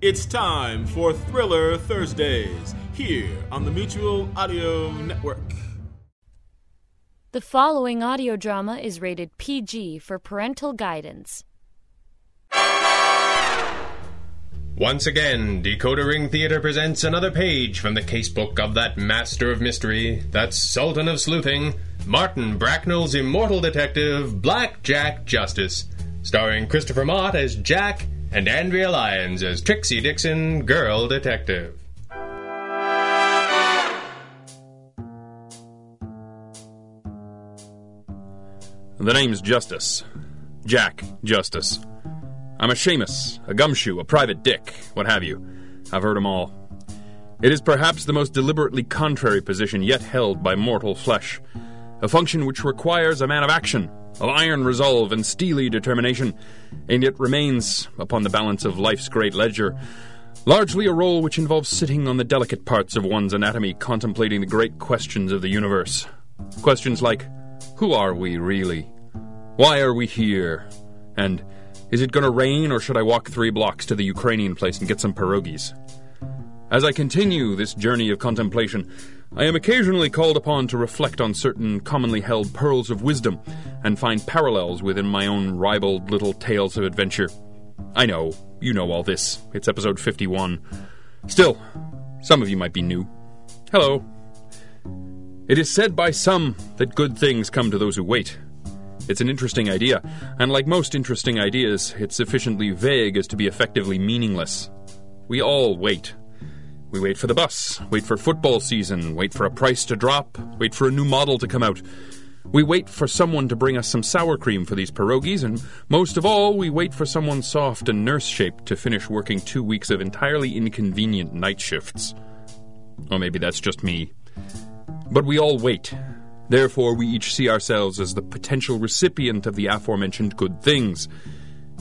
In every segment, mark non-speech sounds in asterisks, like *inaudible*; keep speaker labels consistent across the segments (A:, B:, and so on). A: It's time for Thriller Thursdays here on the Mutual Audio Network.
B: The following audio drama is rated PG for parental guidance.
C: Once again, Decoder Ring Theater presents another page from the casebook of that master of mystery, that sultan of sleuthing, Martin Bracknell's immortal detective, Black Jack Justice, starring Christopher Mott as Jack and Andrea Lyons as Trixie Dixon, girl detective.
D: The name's Justice. Jack Justice. I'm a Seamus, a gumshoe, a private dick, what have you. I've heard 'em all. It is perhaps the most deliberately contrary position yet held by mortal flesh, a function which requires a man of action, of iron resolve and steely determination, and yet remains, upon the balance of life's great ledger, largely a role which involves sitting on the delicate parts of one's anatomy contemplating the great questions of the universe. Questions like, who are we really? Why are we here? And is it going to rain or should I walk three blocks to the Ukrainian place and get some pierogies? As I continue this journey of contemplation, I am occasionally called upon to reflect on certain commonly held pearls of wisdom and find parallels within my own ribald little tales of adventure. I know, you know all this. It's episode 51. Still, some of you might be new. Hello. It is said by some that good things come to those who wait. It's an interesting idea, and like most interesting ideas, it's sufficiently vague as to be effectively meaningless. We all wait. We wait for the bus, wait for football season, wait for a price to drop, wait for a new model to come out. We wait for someone to bring us some sour cream for these pierogies, and most of all, we wait for someone soft and nurse shaped to finish working two weeks of entirely inconvenient night shifts. Or maybe that's just me. But we all wait. Therefore, we each see ourselves as the potential recipient of the aforementioned good things.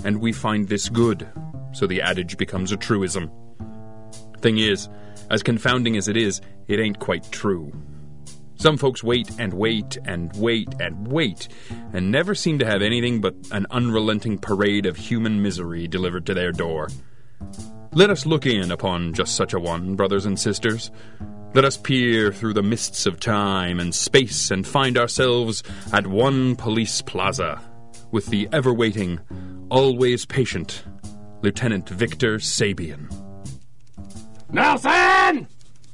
D: And we find this good, so the adage becomes a truism. Thing is, as confounding as it is, it ain't quite true. Some folks wait and wait and wait and wait, and never seem to have anything but an unrelenting parade of human misery delivered to their door. Let us look in upon just such a one, brothers and sisters. Let us peer through the mists of time and space and find ourselves at one police plaza with the ever waiting, always patient Lieutenant Victor Sabian.
E: Nelson!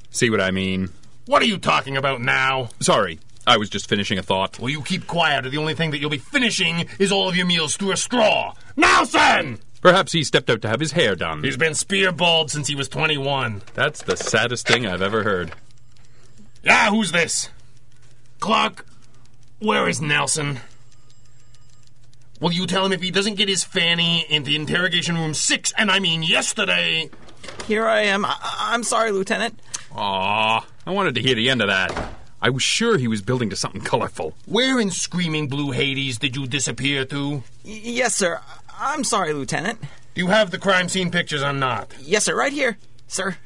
D: See what I mean?
E: What are you talking about now?
D: Sorry, I was just finishing a thought.
E: Will you keep quiet or the only thing that you'll be finishing is all of your meals through a straw? Nelson!
D: Perhaps he stepped out to have his hair done.
E: He's been spear bald since he was 21.
D: That's the saddest thing I've ever heard.
E: Yeah, who's this? Clark, where is Nelson? Will you tell him if he doesn't get his fanny into interrogation room six, and I mean yesterday?
F: Here I am. I- I'm sorry, Lieutenant.
D: Aw, I wanted to hear the end of that. I was sure he was building to something colorful.
E: Where in screaming blue Hades did you disappear to?
F: Y- yes, sir. I- I'm sorry, Lieutenant.
E: Do you have the crime scene pictures or not?
F: Yes, sir. Right here, sir.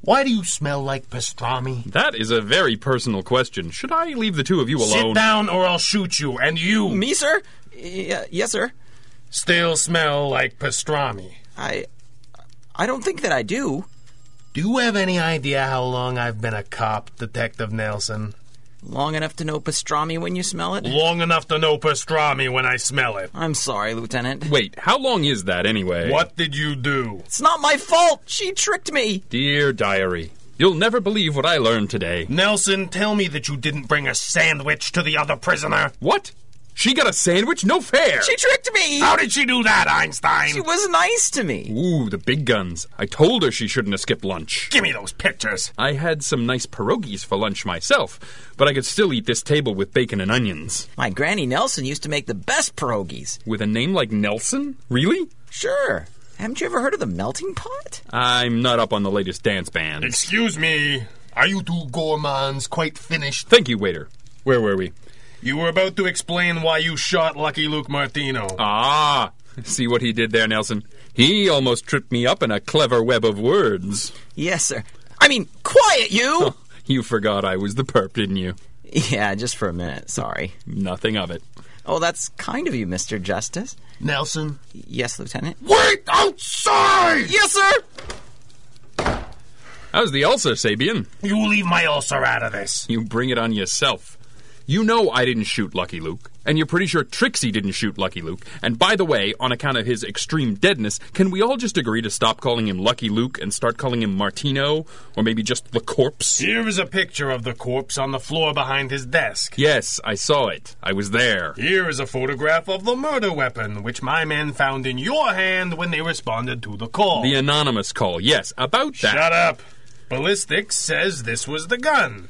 E: Why do you smell like pastrami?
D: That is a very personal question. Should I leave the two of you alone?
E: Sit down or I'll shoot you, and you
F: Me, sir. Y- yes, sir.
E: still smell like pastrami.
F: I, I don't think that I do.
E: Do you have any idea how long I've been a cop, Detective Nelson?
F: Long enough to know pastrami when you smell it.
E: Long enough to know pastrami when I smell it.
F: I'm sorry, Lieutenant.
D: Wait, how long is that anyway?
E: What did you do?
F: It's not my fault. She tricked me.
D: Dear diary, you'll never believe what I learned today.
E: Nelson, tell me that you didn't bring a sandwich to the other prisoner.
D: What? She got a sandwich? No fair!
F: She tricked me.
E: How did she do that, Einstein?
F: She was nice to me.
D: Ooh, the big guns. I told her she shouldn't have skipped lunch.
E: *laughs* Give me those pictures.
D: I had some nice pierogies for lunch myself, but I could still eat this table with bacon and onions.
F: My granny Nelson used to make the best pierogies.
D: With a name like Nelson? Really?
F: Sure. Haven't you ever heard of the melting pot?
D: I'm not up on the latest dance band.
E: Excuse me. Are you two gourmands quite finished?
D: Thank you, waiter. Where were we?
E: You were about to explain why you shot Lucky Luke Martino.
D: Ah, see what he did there, Nelson? He almost tripped me up in a clever web of words.
F: Yes, sir. I mean, quiet *laughs* you.
D: You forgot I was the perp, didn't you?
F: Yeah, just for a minute. Sorry.
D: Nothing of it.
F: Oh, that's kind of you, Mr. Justice.
E: Nelson.
F: Yes, Lieutenant.
E: Wait outside!
F: Yes, sir!
D: How's the ulcer, Sabian?
E: You leave my ulcer out of this.
D: You bring it on yourself. You know I didn't shoot Lucky Luke, and you're pretty sure Trixie didn't shoot Lucky Luke. And by the way, on account of his extreme deadness, can we all just agree to stop calling him Lucky Luke and start calling him Martino, or maybe just the corpse?
E: Here is a picture of the corpse on the floor behind his desk.
D: Yes, I saw it. I was there.
E: Here is a photograph of the murder weapon, which my men found in your hand when they responded to the call.
D: The anonymous call. Yes, about that.
E: Shut up. Ballistics says this was the gun.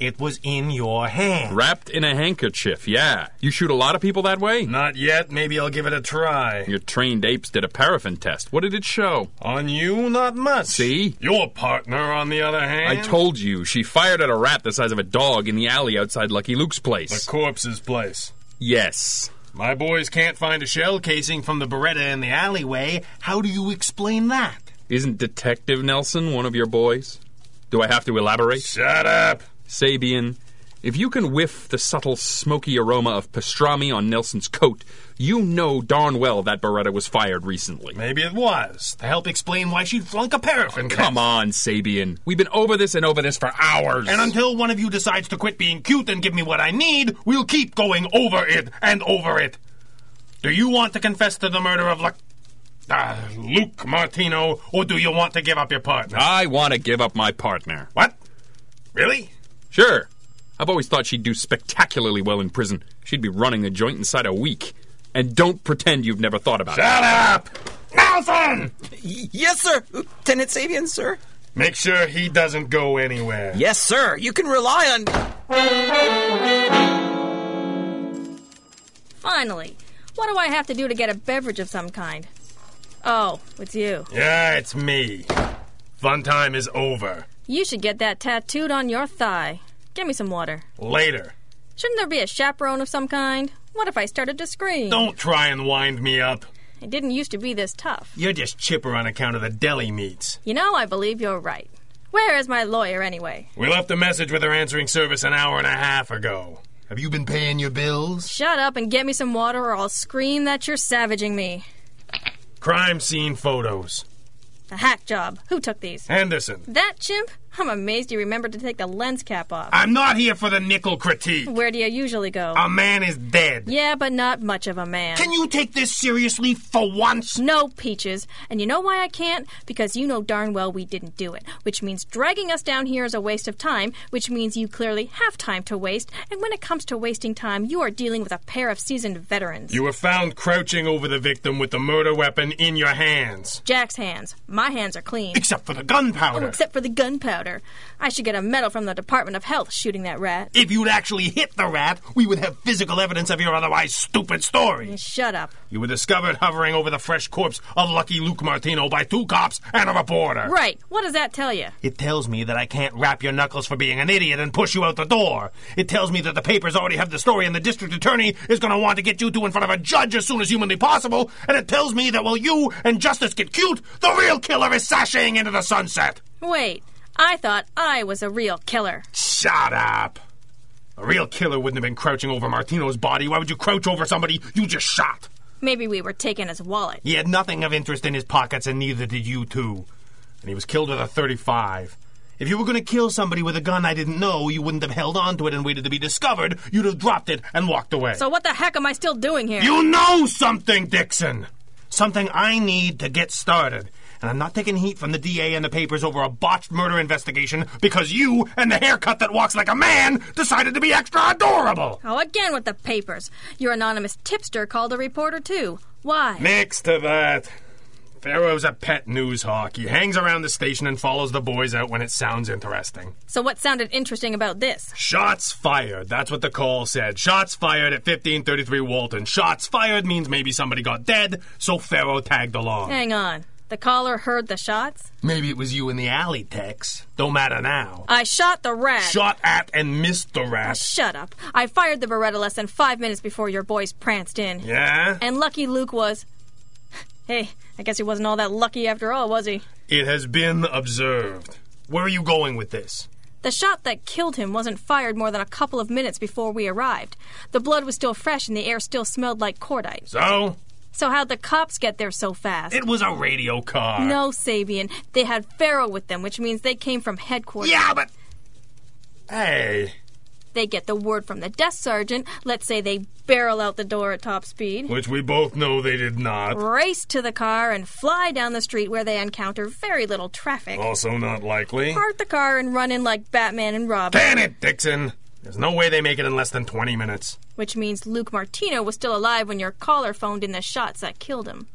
E: It was in your hand.
D: Wrapped in a handkerchief. Yeah. You shoot a lot of people that way?
E: Not yet. Maybe I'll give it a try.
D: Your trained apes did a paraffin test. What did it show?
E: On you, not much.
D: See?
E: Your partner, on the other
D: I
E: hand.
D: told you, she fired at a rat the size of a dog in the alley outside Lucky Luke's
E: The
D: place.
E: corpse's place.
D: yes.
E: My boys can't find a shell casing from the Beretta in the alleyway. How do you explain that?
D: Isn't Detective Nelson one of your boys? Do I have to elaborate?
E: Shut up.
D: Sabian, if you can whiff the subtle smoky aroma of pastrami on Nelson's coat, you know darn well that Beretta was fired recently.
E: Maybe it was to help explain why she'd flunk a paraffin. test.
D: Come on, Sabian. We've been over this and over this for hours.
E: And until one of you decides to quit being cute and give me what I need, we'll keep going over it and over it. Do you want to confess to the murder of Luc- ah, Luke Martino, or do you want to give up your partner?
D: I want to give up my partner.
E: What? Really?
D: Sure. I've always thought she'd do spectacularly well in prison. She'd be running the joint inside a week. And don't pretend you've never thought about it.
E: Shut up! Nelson!
F: Y- yes, sir! Lieutenant Sabian, sir.
E: Make sure he doesn't go anywhere.
F: Yes, sir. You can rely on.
G: Finally, what do I have to do to get a beverage of some kind? Oh, it's you.
E: Yeah, it's me. Fun time is over.
G: You should get that tattooed on your thigh. Give me some water.
E: Later.
G: Shouldn't there be a chaperone of some kind? What if I started to scream?
E: Don't try and wind me up.
G: It didn't used to be this tough.
E: You're just chipper on account of the deli meats.
G: You know, I believe you're right. Where is my lawyer anyway?
E: We left a message with her answering service an hour and a half ago. Have you been paying your bills?
G: Shut up and get me some water or I'll scream that you're savaging me.
E: Crime scene photos.
G: A hack job. Who took these?
E: Anderson.
G: That chimp? I'm amazed you remembered to take the lens cap off.
E: I'm not here for the nickel critique.
G: Where do you usually go?
E: A man is dead.
G: yeah, but not much of a man.
E: Can you take this seriously for once?
G: No peaches. And you know why I can't? Because you know darn well we didn't do it, which means dragging us down here is a waste of time, which means you clearly have time to waste, and when it comes to wasting time, you are dealing with a pair of seasoned veterans.
E: You were found crouching over the victim with the murder weapon in your hands.
G: Jack's hands. My hands are clean.
E: Except for the gunpowder.
G: Oh, except for the gunpowder. I should get a medal from the Department of Health shooting that rat.
E: if you'd actually hit the rat, we would have physical evidence of your otherwise stupid story.
G: Shut up.
E: You were discovered hovering over the fresh corpse of Lucky Luke Martino by two cops and a reporter.
G: Right. What does that tell you?
E: It tells me that I can't rap your knuckles for being an idiot and push you out the door. It tells me that the papers already have the story and the district attorney is going to want to get you two in front of a judge as soon as humanly possible. And it tells me that while you and justice get cute, the real killer is sashaying into the sunset.
G: Wait. I thought I was a real killer.
E: Shut up. A real killer wouldn't have been crouching over Martino's body. Why would you crouch over somebody you just shot?
G: Maybe we were taking his wallet.
E: He had nothing of interest in his pockets, and neither did you two. And he was killed with a 35. If you were going to kill somebody with a gun I didn't know, you wouldn't have held on to it and waited to be discovered. You'd have dropped it and walked away.
G: So what the heck am I still doing here?
E: you know something, Dixon! Something I need to get started. And I'm not taking heat from the DA and the papers over a botched murder investigation because you and the haircut that walks like a man decided to be extra adorable.
G: Oh, again with the papers. Your anonymous tipster called a reporter, too. Why?
E: Next to that, Pharaoh's a pet news hawk. He hangs around the station and follows the boys out when it sounds interesting.
G: So, what sounded interesting about this?
E: Shots fired. That's what the call said. Shots fired at 1533 Walton. Shots fired means maybe somebody got dead, so Pharaoh tagged along.
G: Hang on. The caller heard the shots?
E: Maybe it was you in the alley, Tex. Don't matter now.
G: I shot the rat.
E: Shot at and missed the rat.
G: Shut up. I fired the Beretta less than five minutes before your boys pranced in.
E: Yeah?
G: And lucky Luke was. Hey, I guess he wasn't all that lucky after all, was he?
E: It has been observed. Where are you going with this?
G: The shot that killed him wasn't fired more than a couple of minutes before we arrived. The blood was still fresh and the air still smelled like cordite.
E: So?
G: So how'd the cops get there so fast?
E: It was a radio car.
G: no, Sabian. They had Pharaoh with them, which means they came from headquarters.
E: Yeah, but. Hey,
G: They get the word from the desk sergeant. Let's say they barrel out the door at top speed.
E: which we both know they did not.
G: Race to the car and fly down the street where they encounter very little traffic.
E: Also, not likely.
G: Park the car and run in like Batman and Robin,
E: Damn it, Dixon! There's no way they make it in less than 20 minutes.
G: which means Luke Martino was still alive when your caller phoned in the shots that killed him.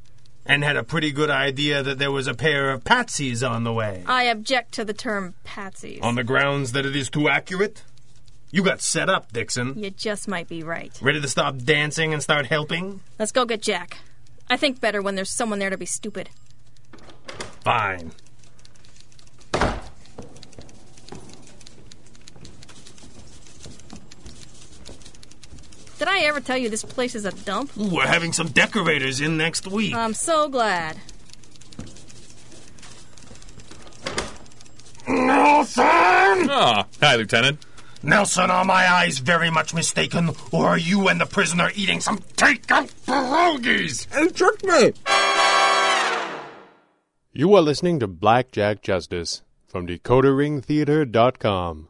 E: And had a pretty good idea that there was a pair of patsies on the way.
G: I object to the term patsies.
E: On the grounds that it is too accurate? You got set up, Dixon.
G: you just might be right.
E: Ready to stop dancing and start helping?
G: Let's go get Jack. I think better when there's someone there to be stupid.
E: Fine.
G: Did I ever tell you this place is a dump?
E: Ooh, we're having some decorators in next week.
G: I'm so glad.
E: Nelson!
D: Ah, hi, Lieutenant.
E: Nelson, are my eyes very much mistaken, or are you and the prisoner eating some take-out pierogies?
H: You are listening to Blackjack Justice from DecoderRingTheater.com.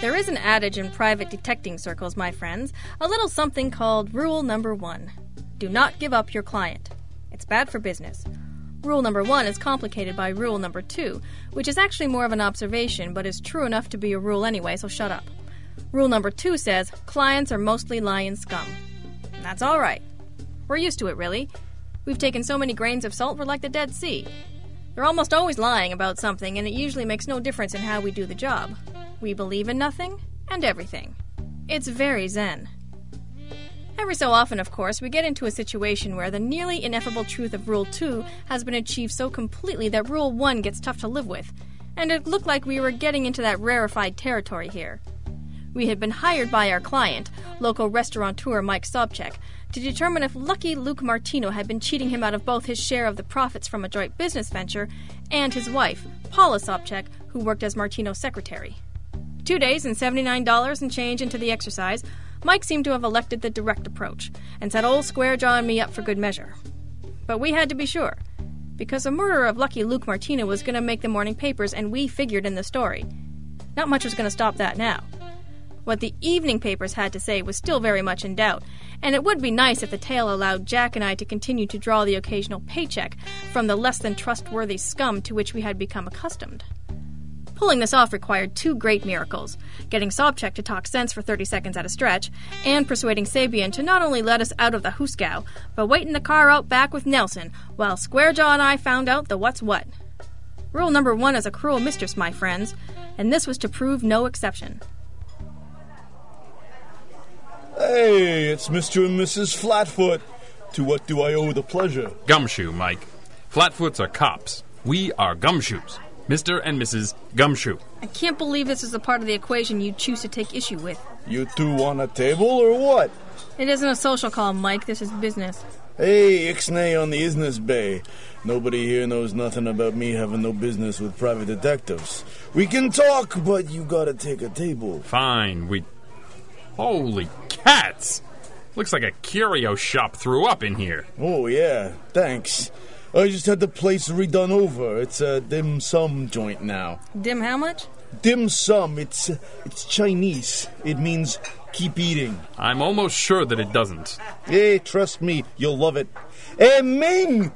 G: There is an adage in private detecting circles, my friends, a little something called rule number one do not give up your client. It's bad for business. Rule number one is complicated by rule number two, which is actually more of an observation, but is true enough to be a rule anyway, so shut up. Rule number two says clients are mostly lion scum. And that's all right. We're used to it, really. We've taken so many grains of salt, we're like the Dead Sea. They're almost always lying about something, and it usually makes no difference in how we do the job. We believe in nothing and everything. It's very zen. Every so often, of course, we get into a situation where the nearly ineffable truth of Rule 2 has been achieved so completely that Rule 1 gets tough to live with, and it looked like we were getting into that rarefied territory here. We had been hired by our client, local restaurateur Mike Sobchak, to determine if lucky Luke Martino had been cheating him out of both his share of the profits from a joint business venture and his wife, Paula Sobchak, who worked as Martino's secretary. Two days and $79 and change into the exercise, Mike seemed to have elected the direct approach and set old Square Jaw and me up for good measure. But we had to be sure, because the murder of lucky Luke Martino was going to make the morning papers, and we figured in the story. Not much was going to stop that now. What the evening papers had to say was still very much in doubt, and it would be nice if the tale allowed Jack and I to continue to draw the occasional paycheck from the less than trustworthy scum to which we had become accustomed. Pulling this off required two great miracles getting Sobchak to talk sense for 30 seconds at a stretch, and persuading Sabian to not only let us out of the Huskow, but wait in the car out back with Nelson while Squarejaw and I found out the what's what. Rule number one is a cruel mistress, my friends, and this was to prove no exception.
I: Hey, it's Mr. and Mrs. Flatfoot. To what do I owe the pleasure?
D: Gumshoe, Mike. Flatfoots are cops. We are gumshoes. Mr. and Mrs. Gumshoe.
G: I can't believe this is the part of the equation you choose to take issue with.
I: You two want a table or what?
G: It isn't a social call, Mike. This is business.
I: Hey, Ixnay on the Isness Bay. Nobody here knows nothing about me having no business with private detectives. We can talk, but you gotta take a table.
D: Fine, we. Holy cats! Looks like a curio shop threw up in here.
I: Oh, yeah, thanks. I just had the place redone over. It's a dim sum joint now.
G: Dim, how much?
I: Dim sum, it's it's Chinese. It means keep eating.
D: I'm almost sure that it doesn't.
I: Hey, trust me, you'll love it. Hey, Ming!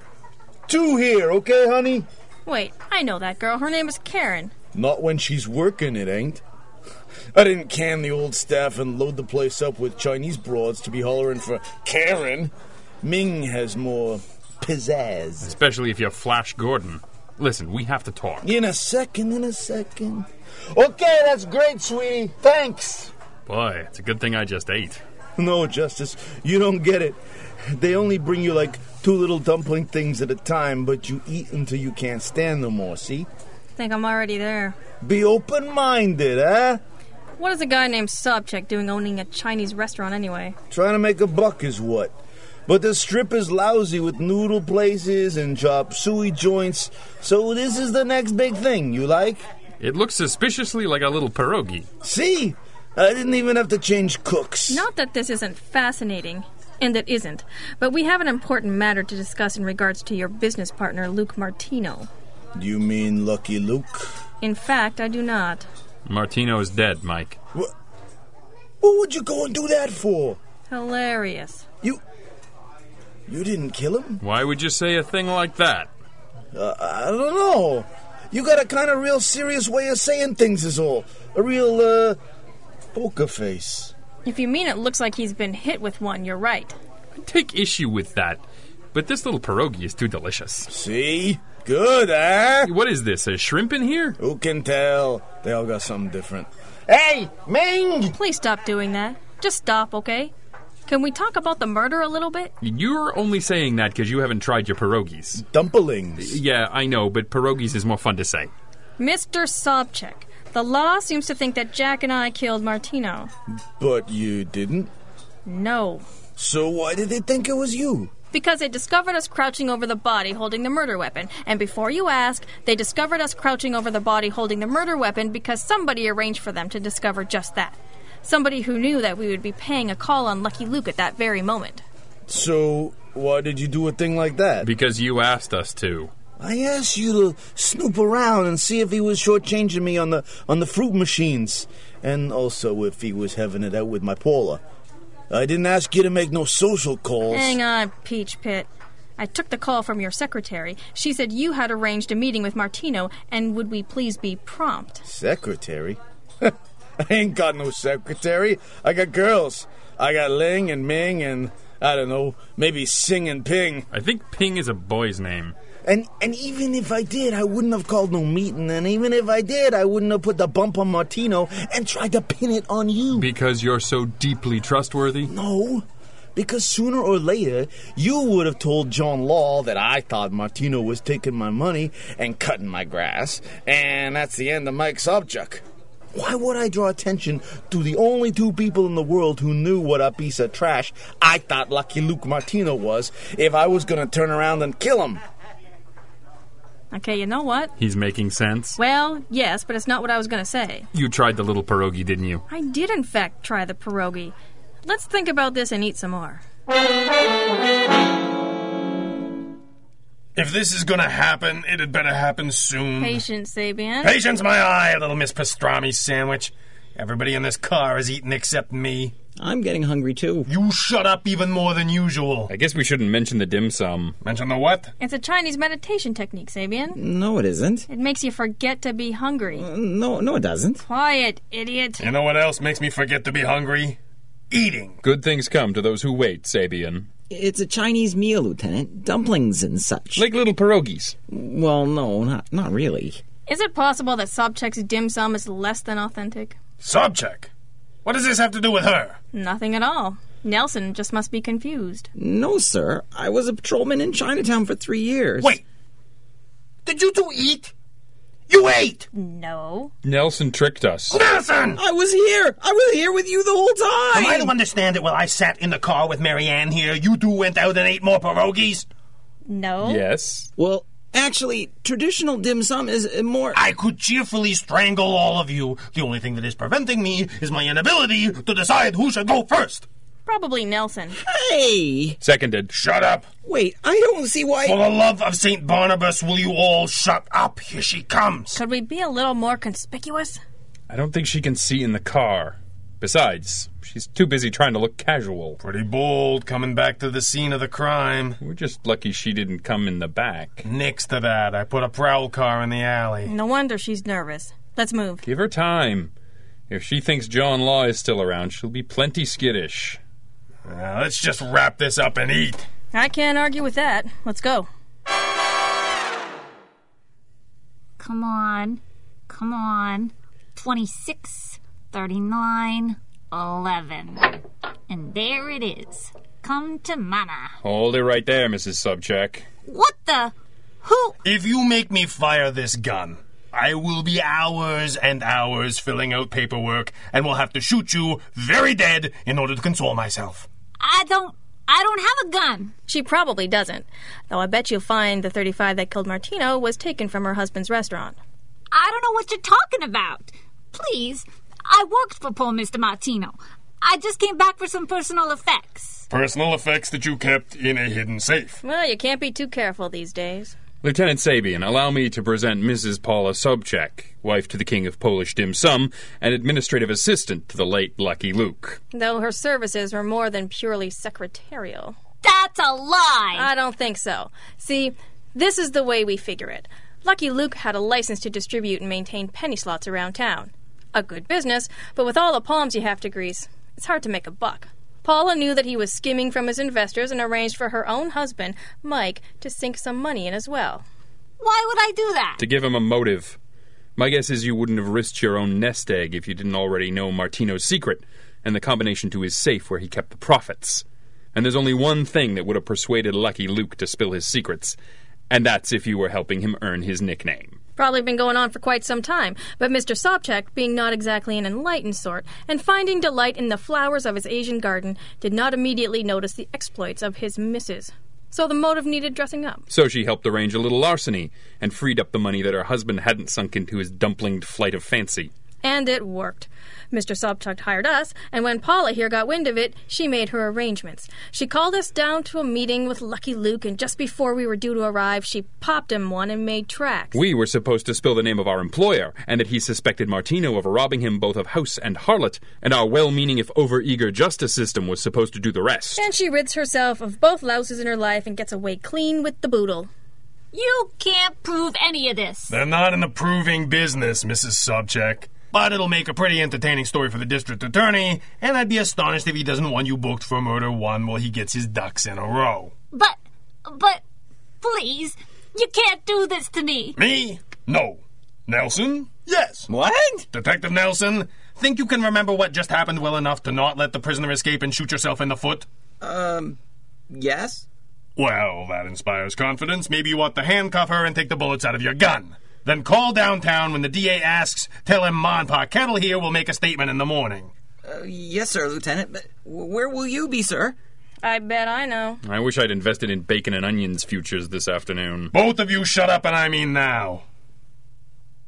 I: Two here, okay, honey?
G: Wait, I know that girl. Her name is Karen.
I: Not when she's working, it ain't. I didn't can the old staff and load the place up with Chinese broads to be hollering for Karen. Ming has more pizzazz.
D: Especially if you're Flash Gordon. Listen, we have to talk.
I: In a second, in a second. Okay, that's great, sweetie. Thanks.
D: Boy, it's a good thing I just ate.
I: No, Justice, you don't get it. They only bring you like two little dumpling things at a time, but you eat until you can't stand no more, see?
G: Think I'm already there.
I: Be open minded, eh?
G: What is a guy named Sobchak doing owning a Chinese restaurant anyway?
I: Trying to make a buck is what. But the strip is lousy with noodle places and chop suey joints, so this is the next big thing you like?
D: It looks suspiciously like a little pierogi.
I: See? I didn't even have to change cooks.
G: Not that this isn't fascinating, and it isn't, but we have an important matter to discuss in regards to your business partner, Luke Martino.
I: You mean Lucky Luke?
G: In fact, I do not.
D: Martino is dead, Mike.
I: What, what would you go and do that for?
G: Hilarious.
I: You. You didn't kill him?
D: Why would you say a thing like that?
I: Uh, I don't know. You got a kind of real serious way of saying things, is all. A real, uh. poker face.
G: If you mean it looks like he's been hit with one, you're right.
D: I take issue with that. But this little pierogi is too delicious.
I: See? Good, eh?
D: What is this? A shrimp in here?
I: Who can tell? They all got something different. Hey, Ming!
G: Please stop doing that. Just stop, okay? Can we talk about the murder a little bit?
D: You're only saying that because you haven't tried your pierogies.
I: Dumplings.
D: Yeah, I know, but pierogies is more fun to say.
G: Mr. Sobchak, the law seems to think that Jack and I killed Martino.
I: But you didn't.
G: No.
I: So why did they think it was you?
G: Because they discovered us crouching over the body holding the murder weapon. And before you ask, they discovered us crouching over the body holding the murder weapon because somebody arranged for them to discover just that. Somebody who knew that we would be paying a call on Lucky Luke at that very moment.
I: So why did you do a thing like that?
D: Because you asked us to.
I: I asked you to snoop around and see if he was shortchanging me on the on the fruit machines, and also if he was having it out with my Paula. I didn't ask you to make no social calls.
G: Hang on, Peach Pit. I took the call from your secretary. She said you had arranged a meeting with Martino, and would we please be prompt?
I: Secretary? *laughs* I ain't got no secretary. I got girls. I got Ling and Ming and I don't know, maybe Sing and Ping.
D: I think Ping is a boy's name.
I: And and even if I did, I wouldn't have called no meeting. And even if I did, I wouldn't have put the bump on Martino and tried to pin it on you.
D: Because you're so deeply trustworthy?
I: No, because sooner or later, you would have told John Law that I thought Martino was taking my money and cutting my grass, and that's the end of Mike's object. Why would I draw attention to the only two people in the world who knew what a piece of trash I thought Lucky Luke Martino was if I was going to turn around and kill him?
G: Okay, you know what?
D: He's making sense.
G: Well, yes, but it's not what I was going to say.
D: You tried the little pierogi, didn't you?
G: I did, in fact, try the pierogi. Let's think about this and eat some more.
E: If this is gonna happen, it had better happen soon.
G: Patience, Sabian.
E: Patience, my eye, little Miss Pastrami sandwich. Everybody in this car is eating except me.
F: I'm getting hungry too.
E: You shut up even more than usual.
D: I guess we shouldn't mention the dim sum.
E: Mention the what?
G: It's a Chinese meditation technique, Sabian.
F: No, it isn't.
G: It makes you forget to be hungry.
F: No, no, it doesn't.
G: Quiet, idiot.
E: You know what else makes me forget to be hungry? Eating.
D: Good things come to those who wait, Sabian.
F: It's a Chinese meal, Lieutenant. Dumplings and such.
D: Like little pierogies.
F: well, no, not not really.
G: Is it possible that Sobchak's dim sum is less than authentic?
E: Sobchak. What does this have to do with her?
G: Nothing at all. Nelson just must be confused.
F: No, sir. I was a patrolman in Chinatown for three years.
E: Wait. Did you two eat? You ate!
G: No.
D: Nelson tricked us.
E: Nelson!
F: I was here. I was here with you the whole time.
E: Am I to understand that while I sat in the car with Marianne here, you two went out and ate more pierogies?
G: No.
D: Yes.
F: Well, actually, traditional dim sum is uh, more.
E: I could cheerfully strangle all of you. The only thing that is preventing me is my inability to decide who should go first.
G: Probably Nelson.
F: Hey,
D: Seconded.
E: Shut up.
F: wait. I don't see why.
E: For the love of St. Barnabas, will you all shut up? Here she comes.
G: Could we be a little more conspicuous?
D: I don't think she can see in the car. Besides, she's too busy trying to look casual.
E: Pretty bold coming back to the scene of the crime.
D: We're just lucky she didn't come in the back.
E: Next to that, I put a prowl car in the alley.
G: No wonder she's nervous. Let's move.
D: Give her time. If she thinks John Law is still around, she'll be plenty skittish.
E: Now, let's just wrap this up and eat.
G: I can't argue with that. Let's go.
J: Come on. Come on. 26, 39, 11. And there it is. Come to Mama.
D: Hold it right there, Mrs. Subcheck.
J: What the? Who?
E: If you make me fire this gun, I will be hours and hours filling out paperwork and will have to shoot you very dead in order to console myself.
J: I don't. I don't have a gun.
G: She probably doesn't, though I bet you'll find the 35 that killed Martino was taken from her husband's restaurant.
J: I don't know what you're talking about. Please, I worked for poor Mr. Martino. I just came back for some personal effects.
E: Personal effects that you kept in a hidden safe.
G: Well, you can't be too careful these days.
D: Lieutenant Sabian, allow me to present Mrs. Paula Sobchak, wife to the King of Polish Dim Sum and administrative assistant to the late Lucky Luke.
G: Though her services were more than purely secretarial.
J: That's a lie!
G: I don't think so. See, this is the way we figure it. Lucky Luke had a license to distribute and maintain penny slots around town. A good business, but with all the palms you have to grease, it's hard to make a buck. Paula knew that he was skimming from his investors and arranged for her own husband, Mike, to sink some money in as well.
J: Why would I do that?
D: To give him a motive. My guess is you wouldn't have risked your own nest egg if you didn't already know Martino's secret and the combination to his safe where he kept the profits. And there's only one thing that would have persuaded Lucky Luke to spill his secrets, and that's if you were helping him earn his nickname.
G: Probably been going on for quite some time, but Mr. Sobchak, being not exactly an enlightened sort, and finding delight in the flowers of his Asian garden, did not immediately notice the exploits of his missus. So the motive needed dressing up.
D: So she helped arrange a little larceny and freed up the money that her husband hadn't sunk into his dumplinged flight of fancy.
G: And it worked. Mr. Sobchak hired us, and when Paula here got wind of it, she made her arrangements. She called us down to a meeting with Lucky Luke, and just before we were due to arrive, she popped him one and made tracks.
D: We were supposed to spill the name of our employer and that he suspected Martino of robbing him both of house and harlot, and our well meaning if over eager justice system was supposed to do the rest.
G: And she rids herself of both louses in her life and gets away clean with the boodle.
J: You can't prove any of this.
E: They're not in the proving business, Mrs. Sobchak. But it'll make a pretty entertaining story for the district attorney, and I'd be astonished if he doesn't want you booked for murder one while he gets his ducks in a row.
J: But, but, please, you can't do this to me.
E: Me? No. Nelson? Yes.
F: What?
E: Detective Nelson, think you can remember what just happened well enough to not let the prisoner escape and shoot yourself in the foot?
F: Um, yes?
E: Well, that inspires confidence. Maybe you ought to handcuff her and take the bullets out of your gun. Then call downtown when the DA asks. Tell him Ma and Pa Kettle here will make a statement in the morning.
F: Uh, yes, sir, Lieutenant. But w- where will you be, sir?
G: I bet I know.
D: I wish I'd invested in bacon and onions futures this afternoon.
E: Both of you shut up, and I mean now.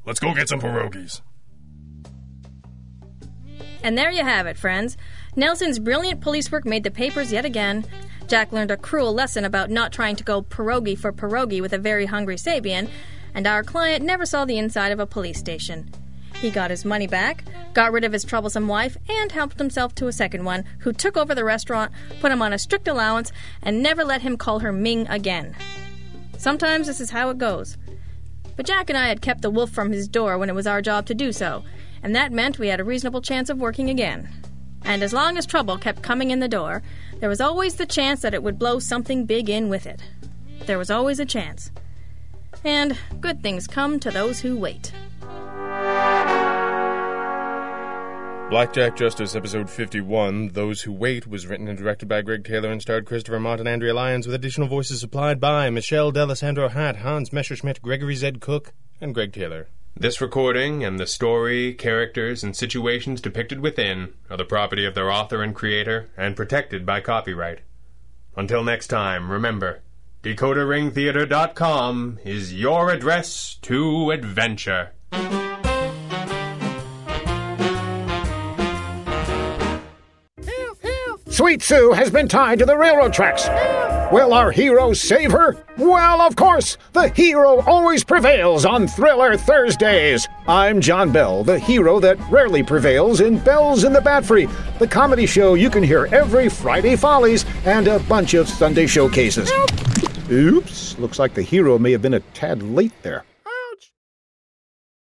E: Let's go get some pierogies.
G: And there you have it, friends. Nelson's brilliant police work made the papers yet again. Jack learned a cruel lesson about not trying to go pierogi for pierogi with a very hungry Sabian, and our client never saw the inside of a police station. He got his money back, got rid of his troublesome wife, and helped himself to a second one, who took over the restaurant, put him on a strict allowance, and never let him call her Ming again. Sometimes this is how it goes. But Jack and I had kept the wolf from his door when it was our job to do so, and that meant we had a reasonable chance of working again. And as long as trouble kept coming in the door, there was always the chance that it would blow something big in with it. There was always a chance. And good things come to those who wait.
C: Blackjack Justice, Episode 51, Those Who Wait, was written and directed by Greg Taylor and starred Christopher Mott and Andrea Lyons, with additional voices supplied by Michelle D'Alessandro Hatt, Hans Messerschmidt, Gregory Z. Cook, and Greg Taylor. This recording and the story, characters, and situations depicted within are the property of their author and creator and protected by copyright. Until next time, remember, DecoderRingTheater.com is your address to adventure.
K: Sweet Sue has been tied to the railroad tracks. Will our hero save her? Well, of course, the hero always prevails on Thriller Thursdays. I'm John Bell, the hero that rarely prevails in Bells in the Bat Free, the comedy show you can hear every Friday Follies and a bunch of Sunday showcases. Oops, looks like the hero may have been a tad late there.